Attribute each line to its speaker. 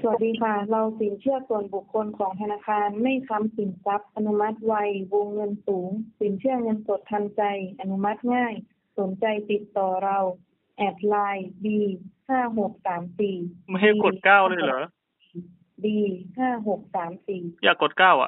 Speaker 1: สวัสดีค่ะ เราสินเชื่อส่วนบุคคลของธนาคารไม่ค้ำสินทรัพย์ อนุมัติไว วงเงินสูง สินเชื่อเงินสดทันใจ อนุมัติง่าย สนใจติดต่อเราแอดไลน์บีห้าหกสามสี่
Speaker 2: ไม่ให้กดเก้าเลยเหรอ
Speaker 1: บีห้าหกสามสี่
Speaker 2: อยากกดเก้าอ่ะ